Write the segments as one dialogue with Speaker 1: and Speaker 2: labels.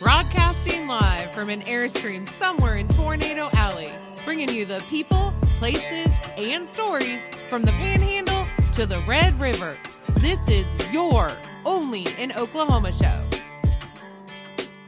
Speaker 1: Broadcasting live from an Airstream somewhere in Tornado Alley, bringing you the people, places, and stories from the Panhandle to the Red River. This is your Only in Oklahoma show.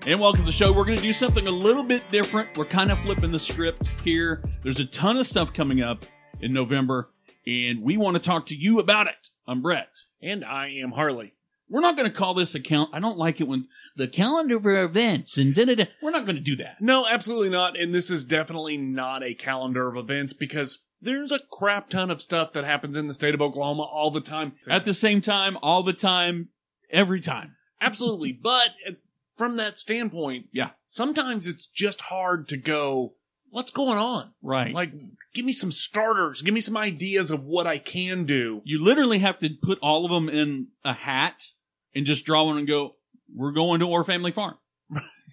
Speaker 2: And welcome to the show. We're going to do something a little bit different. We're kind of flipping the script here. There's a ton of stuff coming up in November, and we want to talk to you about it. I'm Brett.
Speaker 3: And I am Harley.
Speaker 2: We're not going to call this account. I don't like it when the calendar for events and da da da. We're not going to do that.
Speaker 3: No, absolutely not. And this is definitely not a calendar of events because there's a crap ton of stuff that happens in the state of Oklahoma all the time.
Speaker 2: At the same time, all the time, every time.
Speaker 3: absolutely. But uh, from that standpoint,
Speaker 2: Yeah.
Speaker 3: sometimes it's just hard to go, what's going on?
Speaker 2: Right. Like
Speaker 3: Like, give me some starters. Give me some ideas of what I can do.
Speaker 2: you literally have to put all of them in a hat and just draw one and go. We're going to Orr Family Farm.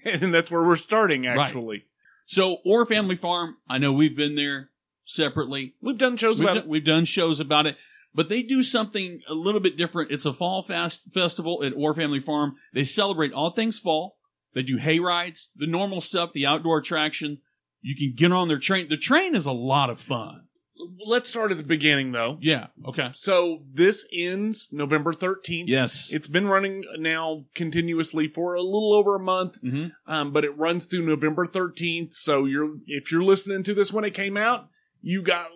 Speaker 3: And that's where we're starting,
Speaker 2: Right.
Speaker 3: actually.
Speaker 2: So Orr Family Farm. I know we've been there separately.
Speaker 3: We've done shows
Speaker 2: We've
Speaker 3: about
Speaker 2: done,
Speaker 3: it.
Speaker 2: we've done shows about it, but they do something a little bit different. It's a fall fast festival at Orr Family Farm. They celebrate all things fall. They do hay rides, the normal stuff, the outdoor attraction. You can get on their train. The train is a lot of fun.
Speaker 3: Let's start at the beginning, though.
Speaker 2: Yeah. Okay.
Speaker 3: So this ends November 13th.
Speaker 2: Yes.
Speaker 3: It's been running now continuously for a little over a month,
Speaker 2: Mhm.
Speaker 3: um, but it runs through November 13th. So you're if you're listening to this when it came out, you got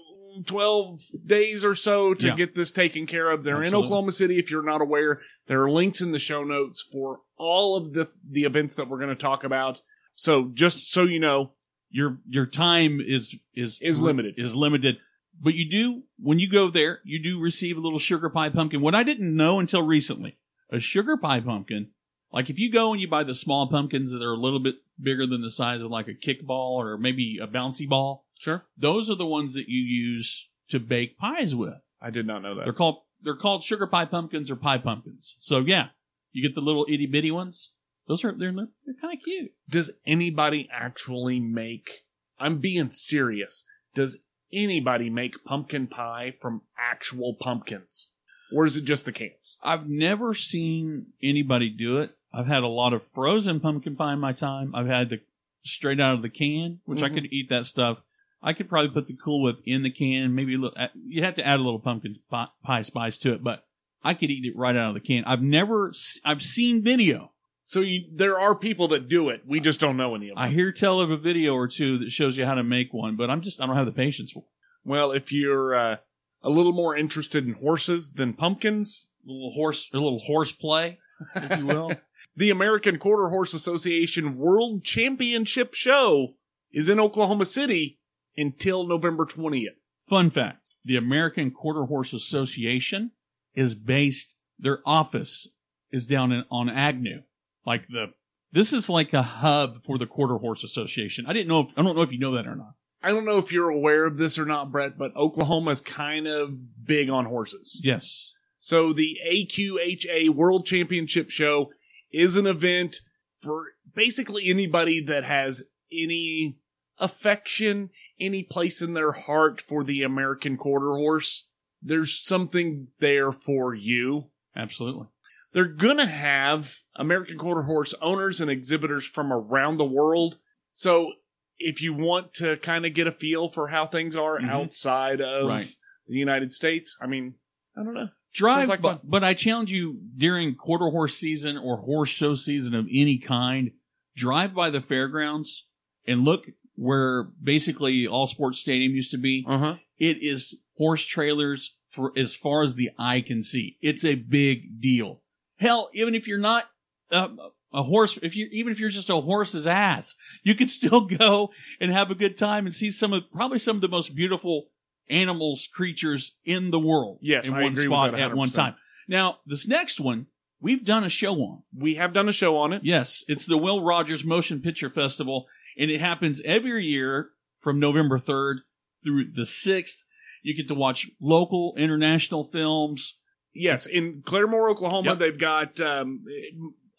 Speaker 3: 12 days or so to
Speaker 2: Yeah.
Speaker 3: get this taken care of. They're in
Speaker 2: Absolutely.
Speaker 3: Oklahoma City. If you're not aware, there are links in the show notes for all of the the events that we're going to talk about. So just so you know,
Speaker 2: Your your time is is
Speaker 3: Is limited.
Speaker 2: Is limited. But you do when you go there, you do receive a little sugar pie pumpkin. What I didn't know until recently, a sugar pie pumpkin Like if you go and you buy the small pumpkins that are a little bit bigger than the size of like a kickball or maybe a bouncy ball,
Speaker 3: sure.
Speaker 2: those are the ones that you use to bake pies with.
Speaker 3: I did not know that.
Speaker 2: They're called they're called sugar pie pumpkins or pie pumpkins. So yeah, you get the little itty bitty ones. Those are they're they're kind of cute.
Speaker 3: does anybody actually make I'm being serious. Does anybody make pumpkin pie from actual pumpkins? Or is it just the cans?
Speaker 2: I've never seen anybody do it. I've had a lot of frozen pumpkin pie in my time. I've had the straight out of the can, which I
Speaker 3: Mhm.
Speaker 2: could eat that stuff. I could probably put the Cool Whip in the can. Maybe a little, uh, you'd have to add a little pumpkin pie, pie spice to it, but I could eat it right out of the can. I've never, s- I've seen video.
Speaker 3: So you, there are people that do it. We just don't know any of them.
Speaker 2: I hear tell of a video or two that shows you how to make one, but I'm just, I don't have the patience for. it.
Speaker 3: well, if you're uh, a little more interested in horses than pumpkins,
Speaker 2: A little horse, a little horse play, if you will.
Speaker 3: the American Quarter Horse Association World Championship Show is in Oklahoma City until November 20th.
Speaker 2: Fun fact the American Quarter Horse Association is based, their office is down in, on Agnew. Like the, this is like a hub for the Quarter Horse Association. I didn't know if, I don't know if you know that or not.
Speaker 3: I don't know if you're aware of this or not, Brett, but Oklahoma's kind of big on horses.
Speaker 2: Yes.
Speaker 3: So the AQHA World Championship Show is an event for basically anybody that has any affection, any place in their heart for the American quarter horse. There's something there for you.
Speaker 2: Absolutely.
Speaker 3: They're gonna have American quarter horse owners and exhibitors from around the world. So if you want to kind of get a feel for how things are
Speaker 2: Mhm.
Speaker 3: outside of
Speaker 2: Right.
Speaker 3: the United States, I mean, I don't know.
Speaker 2: Drive,
Speaker 3: Sounds like
Speaker 2: but,
Speaker 3: fun.
Speaker 2: but I challenge you during quarter horse season or horse show season of any kind, drive by the fairgrounds and look where basically all sports stadium used to be.
Speaker 3: Uh huh.
Speaker 2: it is horse trailers for as far as the eye can see. It's a big deal. Hell, even if you're not a, a horse, if you even if you're just a horse's ass, you can still go and have a good time and see some of probably some of the most beautiful animals, creatures in the world.
Speaker 3: Yes,
Speaker 2: in
Speaker 3: I
Speaker 2: one
Speaker 3: agree with
Speaker 2: spot
Speaker 3: that
Speaker 2: at one
Speaker 3: 100%.
Speaker 2: time. Now, this next one we've done a show on.
Speaker 3: We have done a show on it.
Speaker 2: Yes, it's the Will Rogers Motion Picture Festival, and it happens every year from November 3rd through the 6th. You get to watch local, international films.
Speaker 3: Yes, in Claremore, Oklahoma,
Speaker 2: Yep.
Speaker 3: they've got. Um,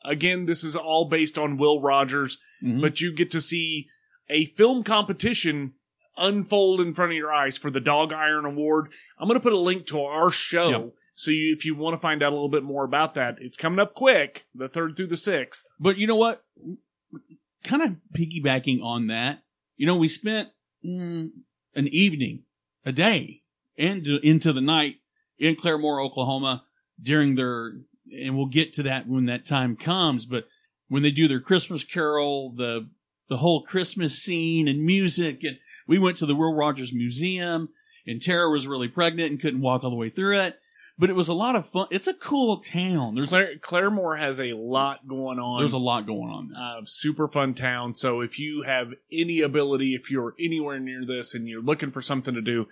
Speaker 3: again, this is all based on Will Rogers,
Speaker 2: Mhm.
Speaker 3: but you get to see a film competition unfold in front of your eyes for the Dog Iron Award. I'm going to put a link to our show.
Speaker 2: Yep.
Speaker 3: So you, if you want to find out a little bit more about that, it's coming up quick, the third through the sixth.
Speaker 2: But you know what? kind of piggybacking on that, you know, we spent mm, an evening, a day, and into the night in Claremore, Oklahoma, during their, and we'll get to that when that time comes. But when they do their Christmas Carol, the the whole Christmas scene and music, and we went to the Will Rogers Museum, and Tara was really pregnant and couldn't walk all the way through it. But it was a lot of fun. It's a cool town. There's
Speaker 3: Clare, Claremore has a lot going on.
Speaker 2: there's a lot going on. There.
Speaker 3: uh, super fun town. So if you have any ability, if you're anywhere near this and you're looking for something to do,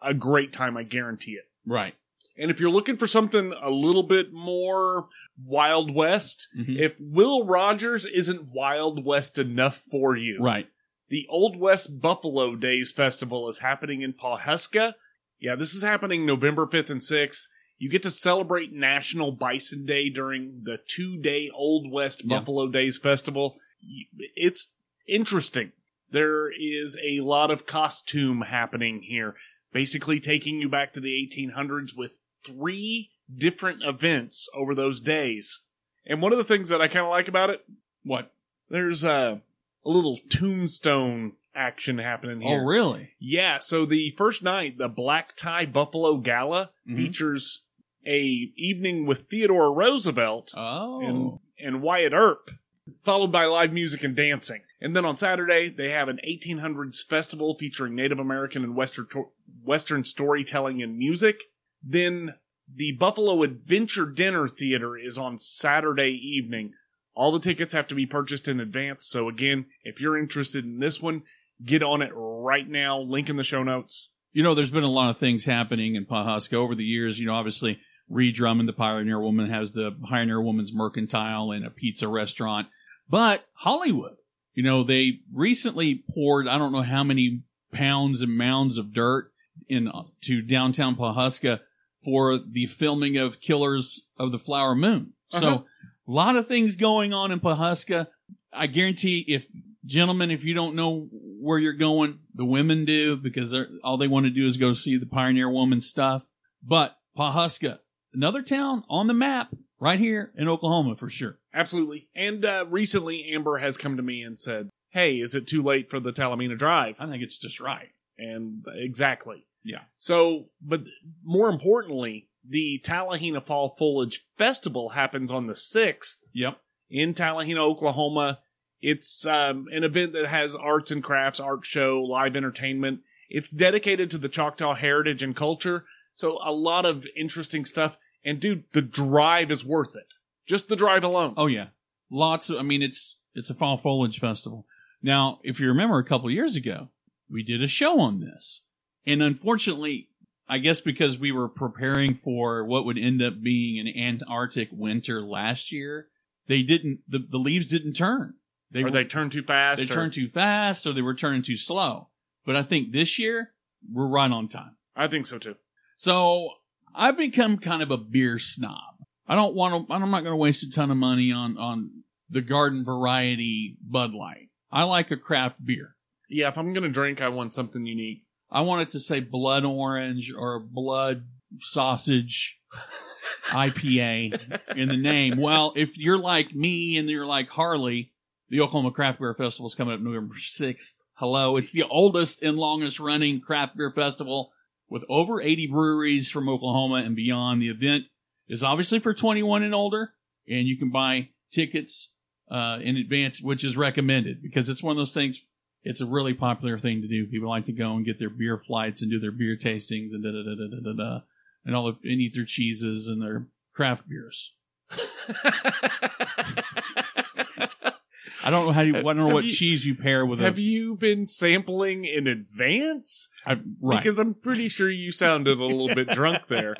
Speaker 3: a great time, I guarantee it.
Speaker 2: Right.
Speaker 3: And if you're looking for something a little bit more Wild West,
Speaker 2: Mhm.
Speaker 3: if Will Rogers isn't Wild West enough for you,
Speaker 2: Right.
Speaker 3: the Old West Buffalo Days Festival is happening in Pawhuska. Yeah, this is happening November 5th and 6th. You get to celebrate National Bison Day during the two day Old West
Speaker 2: Yeah.
Speaker 3: Buffalo Days Festival. Y- It's interesting. There is a lot of costume happening here, basically taking you back to the 1800s with three different events over those days. And one of the things that I kind of like about it,
Speaker 2: What?
Speaker 3: there's a, a little tombstone action happening
Speaker 2: Oh,
Speaker 3: here.
Speaker 2: really?
Speaker 3: Yeah, so the first night, the Black Tie Buffalo Gala
Speaker 2: Mhm.
Speaker 3: features a evening with Theodore Roosevelt
Speaker 2: Oh.
Speaker 3: and, and Wyatt Earp, followed by live music and dancing. And then on Saturday, they have an 1800s festival featuring Native American and Western to- Western storytelling and music. Then the Buffalo Adventure Dinner Theater is on Saturday evening. All the tickets have to be purchased in advance. So again, if you're interested in this one, get on it right now. Link in the show notes.
Speaker 2: you know, there's been a lot of things happening in Pawhuska over the years. You know, obviously, Reed Drummond, the Pioneer Woman, has the Pioneer Woman's Mercantile and a pizza restaurant. But Hollywood, you know, they recently poured I don't know how many pounds and mounds of dirt in uh, to downtown Pawhuska for the filming of Killers of the Flower Moon.
Speaker 3: Uh-huh.
Speaker 2: So, a lot of things going on in Pawhuska. I guarantee if gentlemen, if you don't know where you're going, the women do because they're, all they want to do is go see the Pioneer Woman stuff. But Pawhuska, another town on the map right here in Oklahoma for sure.
Speaker 3: Absolutely. And uh, recently, Amber has come to me and said, Hey, is it too late for the Talamina Drive?
Speaker 2: I think it's just right.
Speaker 3: and exactly.
Speaker 2: Yeah.
Speaker 3: So, but more importantly, the Tallahena Fall Foliage Festival happens on the 6th
Speaker 2: Yep.
Speaker 3: in Tallahena, Oklahoma. It's um, an event that has arts and crafts, art show, live entertainment. It's dedicated to the Choctaw heritage and culture. So, a lot of interesting stuff. And, dude, the drive is worth it. Just the drive alone.
Speaker 2: Oh yeah, lots of. I mean, it's it's a fall foliage festival. Now, if you remember, a couple years ago, we did a show on this, and unfortunately, I guess because we were preparing for what would end up being an Antarctic winter last year, they didn't. The, the leaves didn't turn. They
Speaker 3: or
Speaker 2: were-
Speaker 3: they turn too fast.
Speaker 2: they
Speaker 3: or-
Speaker 2: turned too fast, or they were turning too slow. But I think this year we're right on time.
Speaker 3: I think so too.
Speaker 2: So I've become kind of a beer snob. I don't want to. I'm not going to waste a ton of money on on the garden variety Bud Light. I like a craft beer.
Speaker 3: Yeah, if I'm going to drink, I want something unique.
Speaker 2: I want it to say blood orange or blood sausage IPA in the name. Well, if you're like me and you're like Harley, the Oklahoma Craft Beer Festival is coming up November 6th. Hello. It's the oldest and longest running craft beer festival with over 80 breweries from Oklahoma and beyond. The event is obviously for 21 and older, and you can buy tickets uh, in advance, which is recommended because it's one of those things. It's a really popular thing to do. People like to go and get their beer flights and do their beer tastings and da da da da da da, da and all the, and eat their cheeses and their craft beers. I don't know how you. I don't know
Speaker 3: Have
Speaker 2: what
Speaker 3: you-
Speaker 2: cheese you pair with
Speaker 3: Have
Speaker 2: a.
Speaker 3: you been sampling in advance?
Speaker 2: I, right.
Speaker 3: Because I'm pretty sure you sounded a little bit drunk there.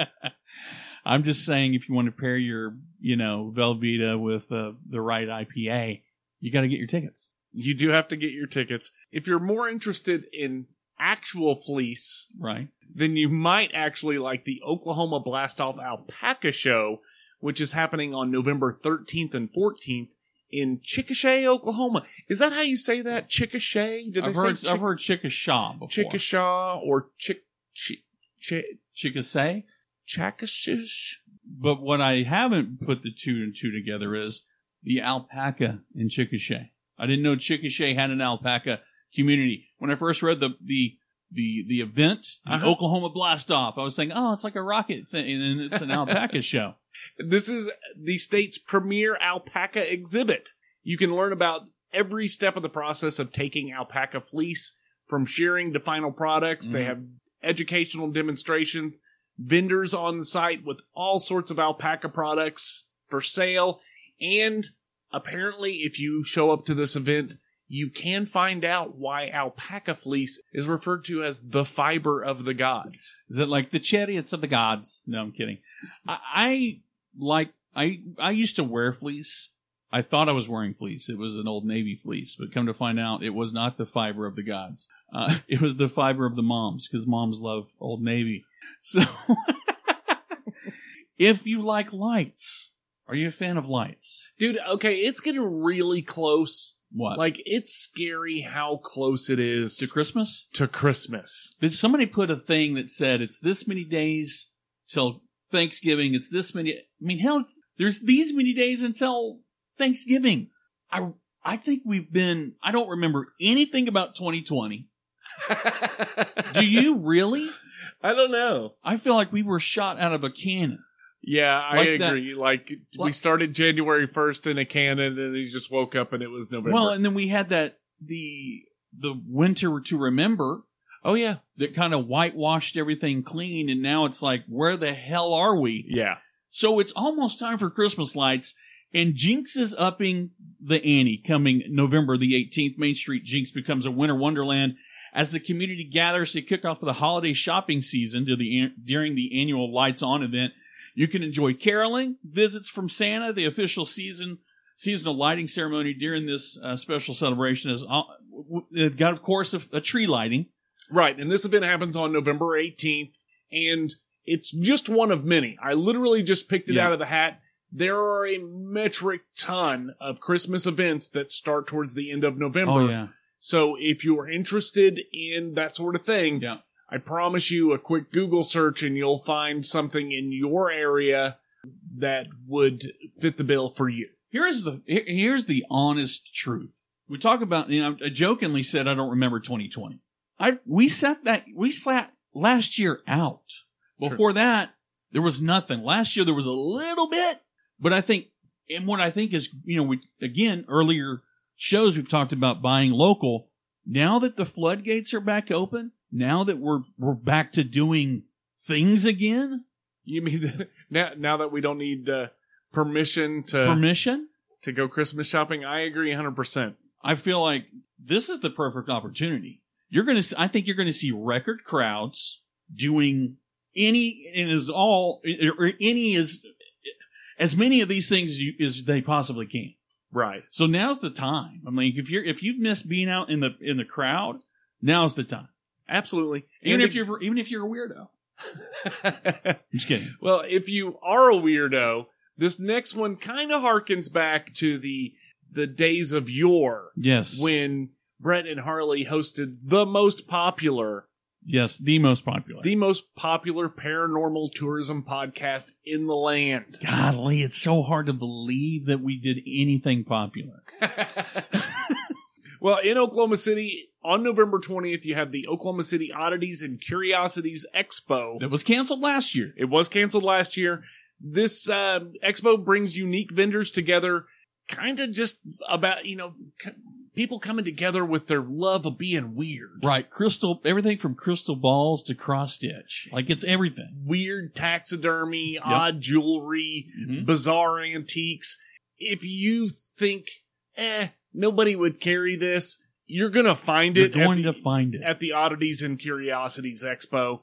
Speaker 2: I'm just saying, if you want to pair your, you know, Velveeta with uh, the right IPA, you got to get your tickets.
Speaker 3: You do have to get your tickets. If you're more interested in actual fleece,
Speaker 2: Right.
Speaker 3: then you might actually like the Oklahoma Blast Off Alpaca Show, which is happening on November 13th and 14th in Chickasha, Oklahoma. Is that how you say that? Chickasha? Did
Speaker 2: I've
Speaker 3: they
Speaker 2: heard,
Speaker 3: say
Speaker 2: I've heard Chickasha before.
Speaker 3: Chick- Chickasha or Chick Chick Chick
Speaker 2: Chickasha.
Speaker 3: Chickasha?
Speaker 2: But what I haven't put the two and two together is the alpaca in Chickasha. I didn't know Chickasha had an alpaca community. When I first read the the the the event, the
Speaker 3: Uh-huh.
Speaker 2: Oklahoma Blast Off, I was thinking, oh, it's like a rocket thing, and it's an alpaca show.
Speaker 3: This is the state's premier alpaca exhibit. You can learn about every step of the process of taking alpaca fleece from shearing to final products. They
Speaker 2: Mhm.
Speaker 3: have educational demonstrations, vendors on site with all sorts of alpaca products for sale. And apparently, if you show up to this event, you can find out why alpaca fleece is referred to as the fiber of the gods.
Speaker 2: Is it like the chariots of the gods? No, I'm kidding. I, I like I I used to wear fleece. I thought I was wearing fleece. It was an old navy fleece, but come to find out, it was not the fiber of the gods. Uh, it was the fiber of the moms because moms love old navy. So, if you like lights, are you a fan of lights?
Speaker 3: Dude, okay, it's getting really close
Speaker 2: What
Speaker 3: Like it's scary how close it is
Speaker 2: to
Speaker 3: to,
Speaker 2: Christmas?
Speaker 3: Christmas.
Speaker 2: Did somebody put a thing that said it's this many days till Thanksgiving? It's this many. I mean, hell, it's, there's these many days until Thanksgiving. I I think we've been. I don't remember anything about 2020. Do you really?
Speaker 3: I don't know.
Speaker 2: I feel like we were shot out of a cannon.
Speaker 3: Yeah, I
Speaker 2: Like that-
Speaker 3: agree. Like we
Speaker 2: Like-
Speaker 3: started January first in a cannon, and he just woke up and it was November.
Speaker 2: Well, and then we had that the the winter to remember
Speaker 3: oh yeah,
Speaker 2: that kind of whitewashed everything clean, and now it's like, where the hell are we?
Speaker 3: yeah.
Speaker 2: So it's almost time for Christmas lights, and Jinx is upping the ante. Coming November the 18th, Main Street Jinx becomes a winter wonderland as the community gathers to kick off the holiday shopping season to the, during the annual Lights On event. You can enjoy caroling, visits from Santa, the official season seasonal lighting ceremony during this uh, special celebration. Is uh, w- w- they've got, of course, a, a tree lighting.
Speaker 3: Right, and this event happens on November eighteenth, and it's just one of many. I literally just picked it
Speaker 2: Yeah.
Speaker 3: out of the hat. There are a metric ton of Christmas events that start towards the end of November.
Speaker 2: Oh yeah,
Speaker 3: So if you are interested in that sort of thing,
Speaker 2: Yeah.
Speaker 3: I promise you a quick Google search and you'll find something in your area that would fit the bill for you.
Speaker 2: here's the here- here's the honest truth. We talk about you know I jokingly said I don't remember 2020. I we set that we sat last year out. Before that, there was nothing. Last year there was a little bit, but I think and what I think is you know we again earlier shows we've talked about buying local. Now that the floodgates are back open, now that we're we're back to doing things again,
Speaker 3: You mean that now, now that we don't need uh, permission to
Speaker 2: permission.
Speaker 3: to go Christmas shopping? I agree 100%.
Speaker 2: I feel like this is the perfect opportunity. You're going to, I think you're going to see record crowds doing any and is all or any is as many of these things you, as they possibly can.
Speaker 3: Right.
Speaker 2: So now's the time. I mean, if you're if you've missed being out in the in the crowd, now's the time.
Speaker 3: Absolutely.
Speaker 2: Even
Speaker 3: And
Speaker 2: if you're even if you're a weirdo. I'm just kidding.
Speaker 3: Well, if you are a weirdo, this next one kind of harkens back to the the days of yore
Speaker 2: Yes.
Speaker 3: when Brett and Harley hosted the most popular,
Speaker 2: yes. The most popular.
Speaker 3: the most popular paranormal tourism podcast in the land.
Speaker 2: Godly, it's so hard to believe that we did anything popular.
Speaker 3: well, in Oklahoma City, on November 20th, you have the Oklahoma City Oddities and Curiosities Expo.
Speaker 2: That was canceled last year.
Speaker 3: It was canceled last year. This um expo brings unique vendors together, kind of just about, you know, c- people coming together with their love of being weird.
Speaker 2: Right, crystal everything from crystal balls to cross stitch. Like it's everything.
Speaker 3: Weird taxidermy, odd jewelry,
Speaker 2: Mm-hmm. Hmm?
Speaker 3: bizarre antiques. If you think, eh, nobody would carry this, you're gonna find
Speaker 2: You're
Speaker 3: it at
Speaker 2: going to
Speaker 3: the,
Speaker 2: find it.
Speaker 3: at the Oddities and Curiosities Expo.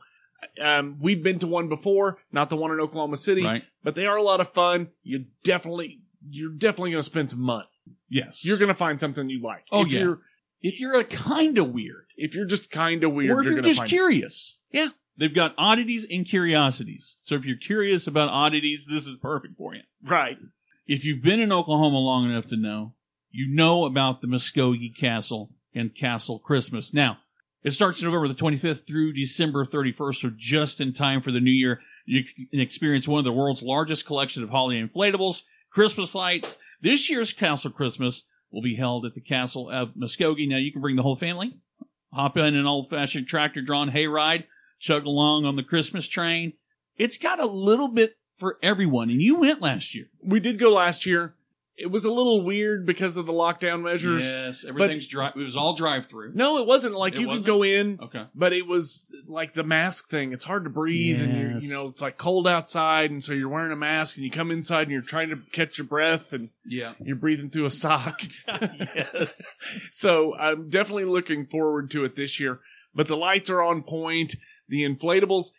Speaker 3: Um, we've been to one before, not the one in Oklahoma City,
Speaker 2: Right?
Speaker 3: but they are a lot of fun. You definitely, you're definitely gonna spend some money.
Speaker 2: Yes.
Speaker 3: You're gonna find something you like.
Speaker 2: Oh,
Speaker 3: if
Speaker 2: yeah.
Speaker 3: You're,
Speaker 2: if you're a kind of weird,
Speaker 3: if you're just kind of weird,
Speaker 2: or if
Speaker 3: you're,
Speaker 2: you're,
Speaker 3: gonna
Speaker 2: just
Speaker 3: find.
Speaker 2: curious.
Speaker 3: Yeah.
Speaker 2: They've got oddities and curiosities. So if you're curious about oddities, this is perfect for you.
Speaker 3: Right.
Speaker 2: If you've been in Oklahoma long enough to know, you know about the Muskogee Castle and Castle Christmas. Now, it starts November the 25th through December 31st, so just in time for the new year. You can experience one of the world's largest collection of holiday inflatables, Christmas lights. This year's Castle Christmas will be held at the Castle of Muskogee. Now you can bring the whole family, hop in an old fashioned tractor drawn hayride, chug along on the Christmas train. It's got a little bit for everyone, and you went last year.
Speaker 3: We did go last year. It was a little weird because of the lockdown measures.
Speaker 2: Yes, everything's drive. It was all drive through.
Speaker 3: No, it wasn't like
Speaker 2: It
Speaker 3: you
Speaker 2: wasn't?
Speaker 3: could go in,
Speaker 2: Okay.
Speaker 3: but it was like the mask thing. It's hard to breathe, and you're,
Speaker 2: Yes.
Speaker 3: you know it's like cold outside, and so you're wearing a mask, and you come inside, and you're trying to catch your breath, and
Speaker 2: Yeah.
Speaker 3: you're breathing through a sock.
Speaker 2: yes.
Speaker 3: So I'm definitely looking forward to it this year. But the lights are on point. The inflatables.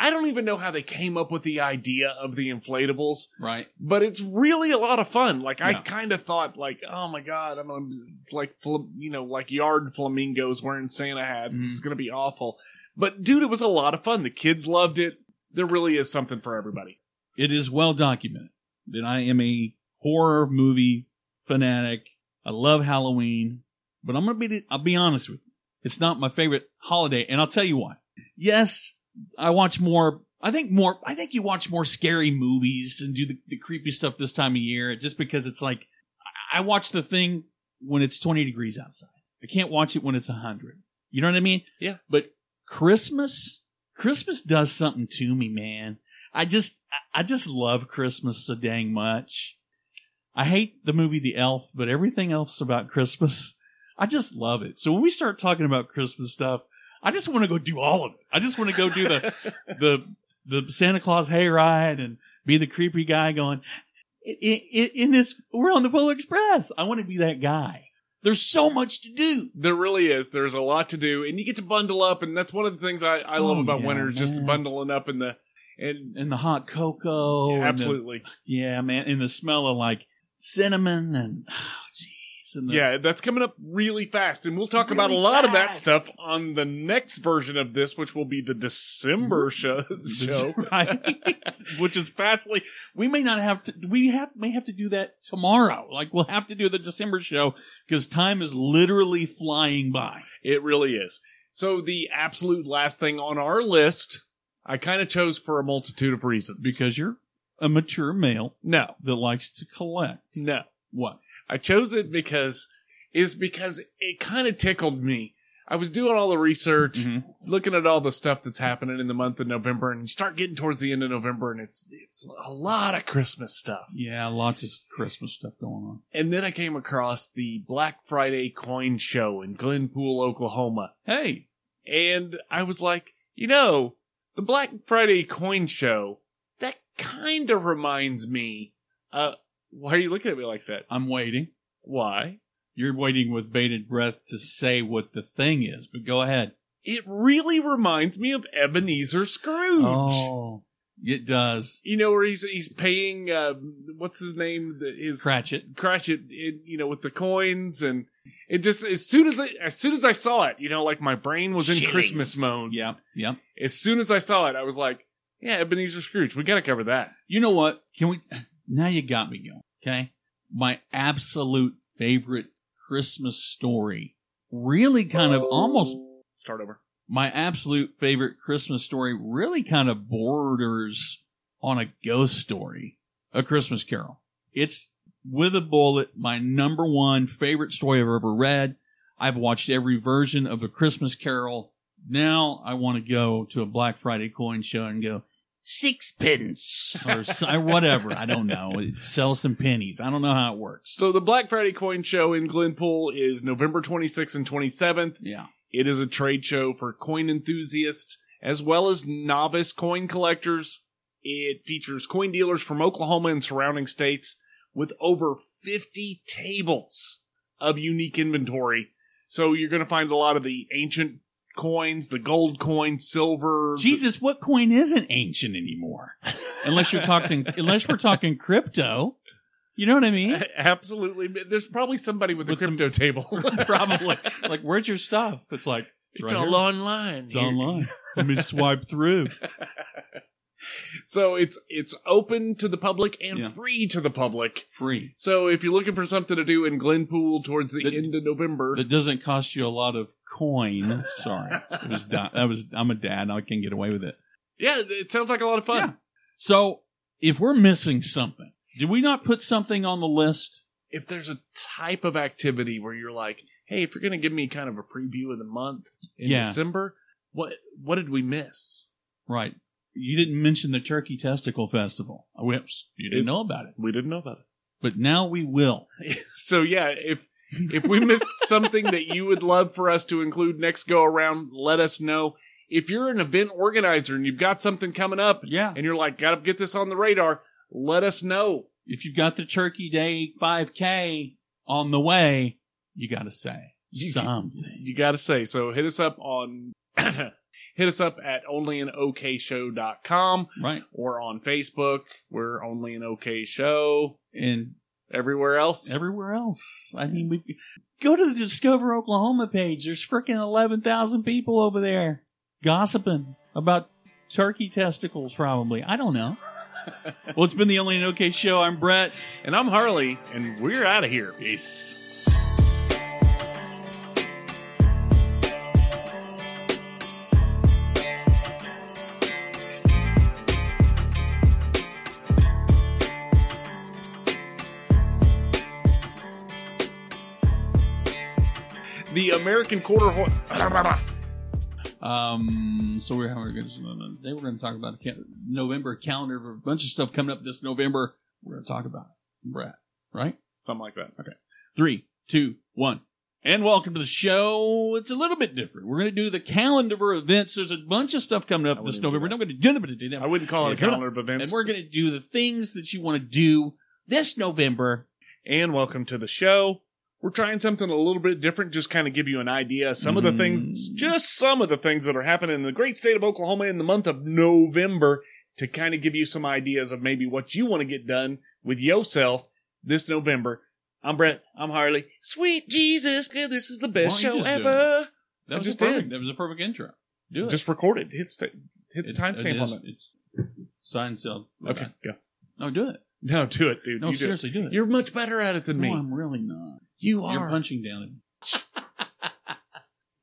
Speaker 3: I don't even know how they came up with the idea of the inflatables,
Speaker 2: Right.
Speaker 3: but it's really a lot of fun. Like I
Speaker 2: Yeah.
Speaker 3: kind of thought, like, oh my god, I'm gonna it's like fl- you know like yard flamingos wearing Santa hats.
Speaker 2: Mhm.
Speaker 3: It's gonna be awful. But dude, it was a lot of fun. The kids loved it. There really is something for everybody.
Speaker 2: it is well documented that I am a horror movie fanatic. I love Halloween, but I'm gonna be I'll be honest with you. It's not my favorite holiday, and I'll tell you why. Yes, I watch more I think more I think you watch more scary movies and do the, the creepy stuff this time of year just because it's like I- I watch the thing when it's twenty degrees outside. I can't watch it when it's hundred. You know what I mean?
Speaker 3: Yeah.
Speaker 2: But Christmas Christmas does something to me, man. I just I- I just love Christmas so dang much. I hate the movie The Elf, but everything else about Christmas, I just love it. So when we start talking about Christmas stuff, I just want to go do all of it. I just want to go do the the the Santa Claus hayride and be the creepy guy going "I- I- I- in this we're on the Polar Express. I want to be that guy. There's so much to do.
Speaker 3: There really is. There's a lot to do, and you get to bundle up, and that's one of the things I, I love
Speaker 2: Oh,
Speaker 3: about
Speaker 2: yeah,
Speaker 3: winter is just
Speaker 2: man.
Speaker 3: bundling up in the and
Speaker 2: And the hot cocoa. Oh, and the-
Speaker 3: absolutely,
Speaker 2: yeah, man. And the smell of like cinnamon and oh jeez. and the-
Speaker 3: yeah, that's coming up really fast, and we'll talk about a
Speaker 2: Really
Speaker 3: lot of that
Speaker 2: fast.
Speaker 3: stuff on the next version of this, which will be the December show.
Speaker 2: Mm-hmm.
Speaker 3: show.
Speaker 2: right? Which is fastly. We may not have to. We have may have to do that tomorrow. Like we'll have to do the December show because time is literally flying by.
Speaker 3: It really is. So the absolute last thing on our list, I kind of chose for a multitude of reasons.
Speaker 2: Because you're a mature male
Speaker 3: no,
Speaker 2: that likes to collect.
Speaker 3: no,
Speaker 2: What?
Speaker 3: I chose it because is because it kind of tickled me. I was doing all the research. looking at all the stuff that's happening in the month of November, and you start getting towards the end of November, and it's it's a lot of Christmas stuff.
Speaker 2: Yeah, lots of Christmas stuff going on.
Speaker 3: And then I came across the Black Friday coin show in Glenpool, Oklahoma,
Speaker 2: Hey,
Speaker 3: and I was like, you know, the Black Friday coin show that kind of reminds me. Uh, why are you looking at me like that?
Speaker 2: I'm waiting.
Speaker 3: Why?
Speaker 2: You're waiting with bated breath to say what the thing is, but go ahead.
Speaker 3: It really reminds me of Ebenezer Scrooge.
Speaker 2: Oh, it does.
Speaker 3: You know where he's he's paying uh, what's his name? The- His
Speaker 2: Cratchit.
Speaker 3: crash it, it you know with the coins and it just as soon as I, as soon as I saw it, you know, like my brain was in
Speaker 2: Shillings.
Speaker 3: Christmas mode.
Speaker 2: Yeah, yeah.
Speaker 3: As soon as I saw it, I was like, "Yeah, Ebenezer Scrooge, we got to cover that."
Speaker 2: You know what? Can we? Now you got me going. Okay. My absolute favorite Christmas story really kind of almost
Speaker 3: start over.
Speaker 2: my absolute favorite Christmas story really kind of borders on a ghost story, a Christmas carol. It's with a bullet, my number one favorite story I've ever read. I've watched every version of a Christmas carol. Now I want to go to a Black Friday coin show and go, sixpence or so- whatever. I don't know. Sell some pennies. I don't know how it works.
Speaker 3: So the Black Friday coin show in Glenpool is November 26th and 27th.
Speaker 2: Yeah.
Speaker 3: It is a trade show for coin enthusiasts as well as novice coin collectors. It features coin dealers from Oklahoma and surrounding states with over 50 tables of unique inventory. So you're going to find a lot of the ancient coins, the gold coins, silver. the-
Speaker 2: Jesus, what coin isn't ancient anymore? Unless you're talking, unless we're talking crypto. You know what I mean?
Speaker 3: Absolutely. There's probably somebody with a
Speaker 2: With some-
Speaker 3: crypto table.
Speaker 2: Probably. Like, where's your stuff? It's like
Speaker 3: It's
Speaker 2: right
Speaker 3: all
Speaker 2: here.
Speaker 3: online.
Speaker 2: It's online. Let me swipe through.
Speaker 3: So it's it's open to the public and
Speaker 2: Yeah.
Speaker 3: free to the public.
Speaker 2: Free.
Speaker 3: So if you're looking for something to do in Glenpool towards the,
Speaker 2: That-
Speaker 3: end of November,
Speaker 2: That doesn't cost you a lot of coin. Sorry, it was. Di- that was. I'm a dad. I can get away with it.
Speaker 3: yeah, it sounds like a lot of fun.
Speaker 2: Yeah. So if we're missing something, did we not put something on the list?
Speaker 3: if there's a type of activity where you're like, hey, if you're going to give me kind of a preview of the month in
Speaker 2: Yeah.
Speaker 3: December, what what did we miss?
Speaker 2: Right. You didn't mention the Turkey Testicle Festival. Whips. You didn't know about it.
Speaker 3: We didn't know about
Speaker 2: But now we will.
Speaker 3: it. so yeah, if if we missed something that you would love for us to include next go around, let us know. If you're an event organizer and you've got something coming up
Speaker 2: Yeah.
Speaker 3: and you're like, gotta get this on the radar, let us know.
Speaker 2: If you've got the Turkey Day 5K on the way, you got to say
Speaker 3: You-
Speaker 2: something.
Speaker 3: you gotta say so hit us up on hit us up at onlyaноkshow.com
Speaker 2: Right.
Speaker 3: or on facebook we're only an okay show
Speaker 2: And
Speaker 3: everywhere else
Speaker 2: everywhere else. I mean, we go to the Discover Oklahoma page. There's freaking 11,000 people over there gossiping about turkey testicles, probably. I don't know. well, it's been the Only an OK show. I'm Brett.
Speaker 3: and i'm harley and we're out of here peace the american quarter horse
Speaker 2: Um, so we're having a good today. We're going to talk about a ca- November calendar, a bunch of stuff coming up this November. We're going to talk about it. Brad, right?
Speaker 3: something like that okay
Speaker 2: Three, two, one. And welcome to the show. It's a little bit different. We're going to do the calendar of events. There's a bunch of stuff coming
Speaker 3: I
Speaker 2: up this
Speaker 3: wouldn't do
Speaker 2: November.
Speaker 3: that.
Speaker 2: We're not going to do them, but do
Speaker 3: i
Speaker 2: them.
Speaker 3: wouldn't call it a calendar of events
Speaker 2: And we're going to do the things that you want to do this November.
Speaker 3: and welcome to the show. We're trying something a little bit different, just kind of give you an idea. Some of the things,
Speaker 2: Mm.
Speaker 3: just some of the things that are happening in the great state of Oklahoma in the month of November to kind of give you some ideas of maybe what you want to get done with yourself this November. I'm Brett. I'm Harley. Sweet Jesus, good, this is the best
Speaker 2: Why don't
Speaker 3: show
Speaker 2: you just do
Speaker 3: ever.
Speaker 2: That
Speaker 3: I
Speaker 2: was
Speaker 3: just
Speaker 2: a perfect,
Speaker 3: did.
Speaker 2: That was a perfect intro. Do it.
Speaker 3: Just recorded. Hit, sta hit the
Speaker 2: It-
Speaker 3: timestamp
Speaker 2: it
Speaker 3: on
Speaker 2: is-
Speaker 3: that.
Speaker 2: It's signed, sealed.
Speaker 3: Okay, go.
Speaker 2: No, do it.
Speaker 3: No, do it, dude.
Speaker 2: No,
Speaker 3: you do it.
Speaker 2: seriously, do it.
Speaker 3: You're much better at it than
Speaker 2: no,
Speaker 3: me.
Speaker 2: I'm really not.
Speaker 3: you
Speaker 2: You're
Speaker 3: are.
Speaker 2: punching down.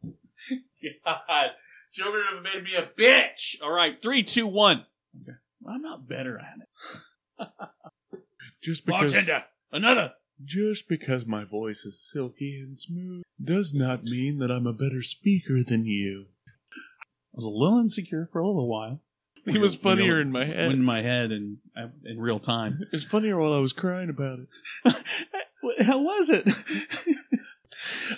Speaker 2: God, children have made me a bitch. All right, three, two, one. Okay. I'm not better at it.
Speaker 3: just because.
Speaker 2: another.
Speaker 3: Just because my voice is silky and smooth does not mean that I'm a better speaker than you.
Speaker 2: I was a little insecure for a little while.
Speaker 3: It was funnier in my
Speaker 2: Went
Speaker 3: head.
Speaker 2: in my head and in real time.
Speaker 3: It was funnier while I was crying about it.
Speaker 2: How was it?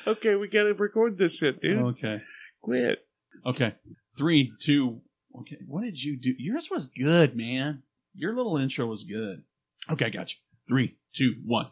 Speaker 3: Okay, we gotta record this shit, dude.
Speaker 2: okay,
Speaker 3: Quit.
Speaker 2: okay. Three, two. Okay, what did you do? Yours was good, man. Your little intro was good. Okay, I got you. Three, two, one.